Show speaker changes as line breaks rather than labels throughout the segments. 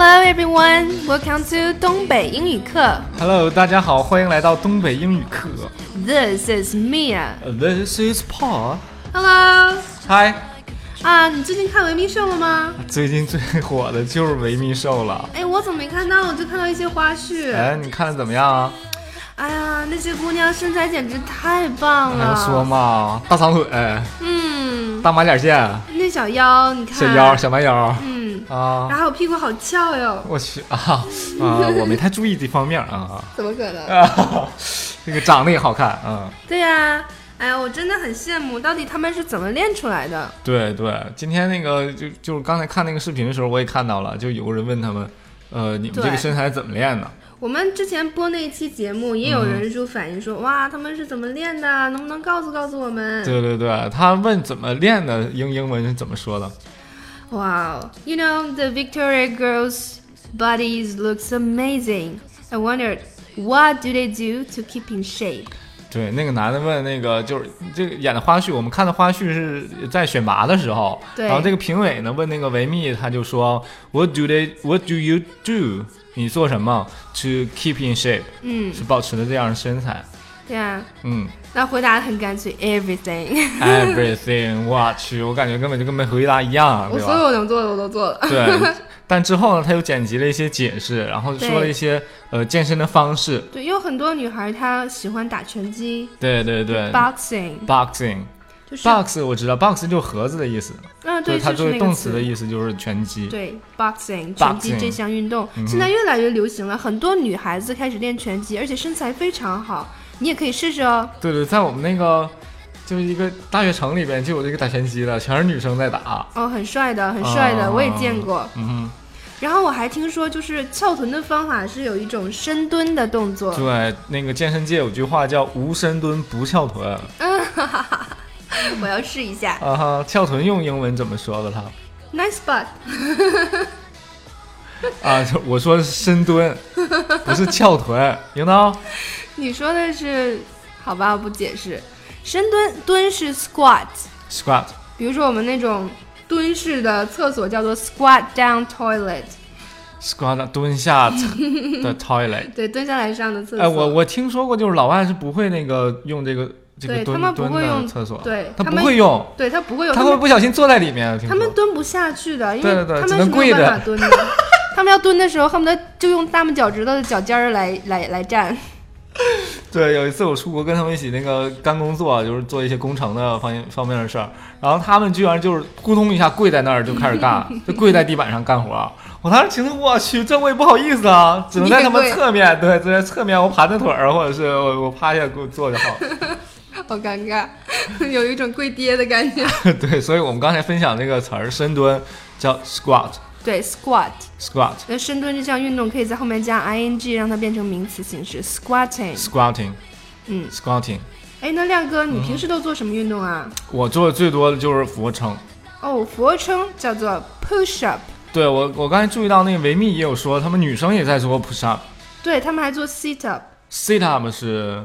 everyone, welcome to 东北英语课。
Hello，大家好，欢迎来到东北英语课。
This is Mia.
This is Paul。
Hello，
嗨，
啊，你最近看维密秀了吗？
最近最火的就是维密秀了。
哎，我怎么没看到？我就看到一些花絮。
嗯哎，你看的怎么样啊？
哎呀，那些姑娘身材简直太棒
哎还用说
了。
吗？大长腿，
嗯，
大马甲线，
那小腰，你看。
小腰，。小蛮腰
嗯，
啊！
然后屁股好翘哟。
我去啊 啊！我没太注意这方面啊。
怎么可能？
啊，这个长得也好看，嗯，
对呀、哎呀，我真的很羡慕，到底他们是怎么练出来的？
对对，今天那个就就是刚才看那个视频的时候，我也看到了，就有个人问他们，呃，你们这
对
个身材怎么练的？
我们之前播那一期节目，也有人说反映说，哇，他们是怎么练的？能不能告诉告诉我们？
嗯 对对对，他问怎么练的，英英文是怎么说的？
Wow, 哦 you know the Victoria girls' bodies looks amazing. I wondered what do they do to keep in shape?
对，那个男的问那个就是这个演的花絮，我们看的花絮是在选拔的时候，
对
然后这个评委呢问那个维密，他就说 What do they What do you do？你做什么 to keep in shape？
嗯，
是保持的这样的身材？
对啊，
嗯
那回答得很干脆，everything。
，everything，我去，我感觉根本就跟没回答 一样，啊
我
对
所
吧？
有能做的我都做了。
对。但之后呢，他又剪辑了一些解释，然后说了
对
一些呃健身的方式。
对，有很多女孩她喜欢打拳击
对 对对
，boxing，
，boxing。
就是，
box 我知道，box 就是盒子的意思，
嗯，
就
对，
是它
就
作
是
为
那个
动词的意思就是拳击。
对，boxing 拳击
Boxing 嗯
这项运动现在越来越流行了，很多女孩子开始练拳击，而且身材非常好，你也可以试试哦。
对对，在我们那个就是一个大学城里边就有这个打拳击的，全是女生在打。
哦，很帅的，很帅的，
啊
我也见过。
嗯
然后我还听说，就是翘臀的方法是有一种深蹲的动作
哼，，对，那个健身界有句话叫“无深蹲不翘臀”，
我要试一下。
啊哈，翘臀用英文怎么说的它？
Nice butt，
啊， 就我说是深蹲， 不是翘臀，赢刀。
你说的是，好吧，我不解释。深蹲蹲是 squat，
squat
比如说我们那种蹲式的厕所叫做 squat down toilet，
squat 蹲下 的 toilet。
对，蹲下来上的厕所。
哎，我我听说过，就是老外是不会那个用这个这个
对
蹲
他们不
蹲
会用
的厕所，
对
他
他
不
们
会用。
对他不会有
他会不小心坐在里面，啊听
他们
说
蹲不下去的，因为
对对对
他
只
们
能
是没有
跪着
办法蹲的。 他们要蹲的时候，恨不得就用大拇脚趾头的脚尖儿来来来站。
对，有一次我出国跟他们一起那个干工作，就是做一些工程的方面方面的事儿，然后他们居然就是扑通一下跪在那儿就开始 干，就跪在地板上干活儿。我当时觉得我去，这我也不好意思啊，只能在他们
你也跪
侧面，对，只在侧面我盘着腿儿，或者是我我趴下给我坐就好。
好尴尬， 有一种跪爹的感觉。
对，所以我们刚才分享这个词儿，深蹲叫 squat
对，squat，
squat
那深蹲这项运动可以在后面加 ing，让它变成名词形式 squatting。
squatting
嗯，
squatting。
哎，那亮哥，你平时都做什么运动啊？
我做的最多的就是俯卧撑。
哦，俯卧撑叫做 push up，
对我，我刚才注意到那个维密也有说，他们女生也在做 push up。
对他们还做 sit up。
sit up 是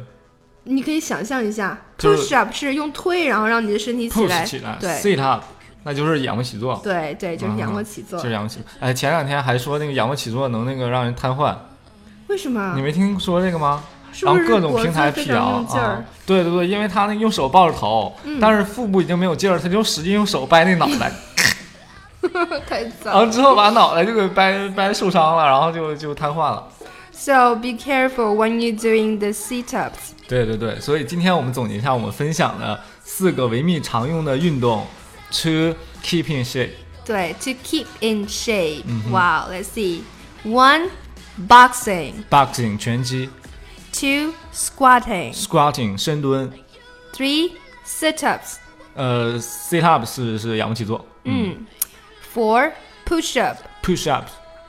你可以想象一下
就是
，push up 是用推，然后让你的身体起
push
来。
起来
对
，sit up 那就是仰卧起坐，
对对，啊就是仰卧起坐。
就是仰卧起坐。哎，前两天还说那个仰卧起坐能那个让人瘫痪，
为什么啊
你？没听说这个吗？
嗯是
然
不
后
是
各种
脖
平
子
台
非
辟
常
谣
用劲
啊
儿？，嗯
对对对，因为他那用手抱着头，但是腹部已经没有劲儿，他就使劲用手掰那脑 袋，
太
然
脏。
后之后把脑袋就给掰掰受伤了，然后就就瘫痪了。
So be careful when you doing the sit ups.
对对对，所以今天我们总结一下我们分享的四个维密常用的运动，to keep in shape。
对，to keep in shape. Wow, let's see. One, boxing.
boxing 拳击、
Two, squatting.
squatting 深蹲，
Three, sit-ups.
呃，sit up 是是仰卧起坐，
嗯，Four, push-up.
，push up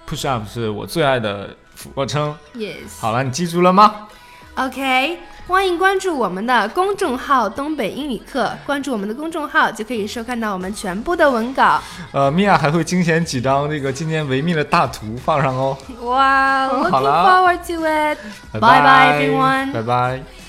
push up 是我最爱的俯卧撑。
Yes.
好了，你记住了吗？
OK. 欢迎关注我们的公众号“东北英语课”，关注我们的公众号就可以收看到我们全部的文 稿。
呃，米娅还会精选几张这个今年维密的大图放上哦。
哇、
嗯
wow,，looking
好了
forward to it. Bye bye everyone.
拜拜。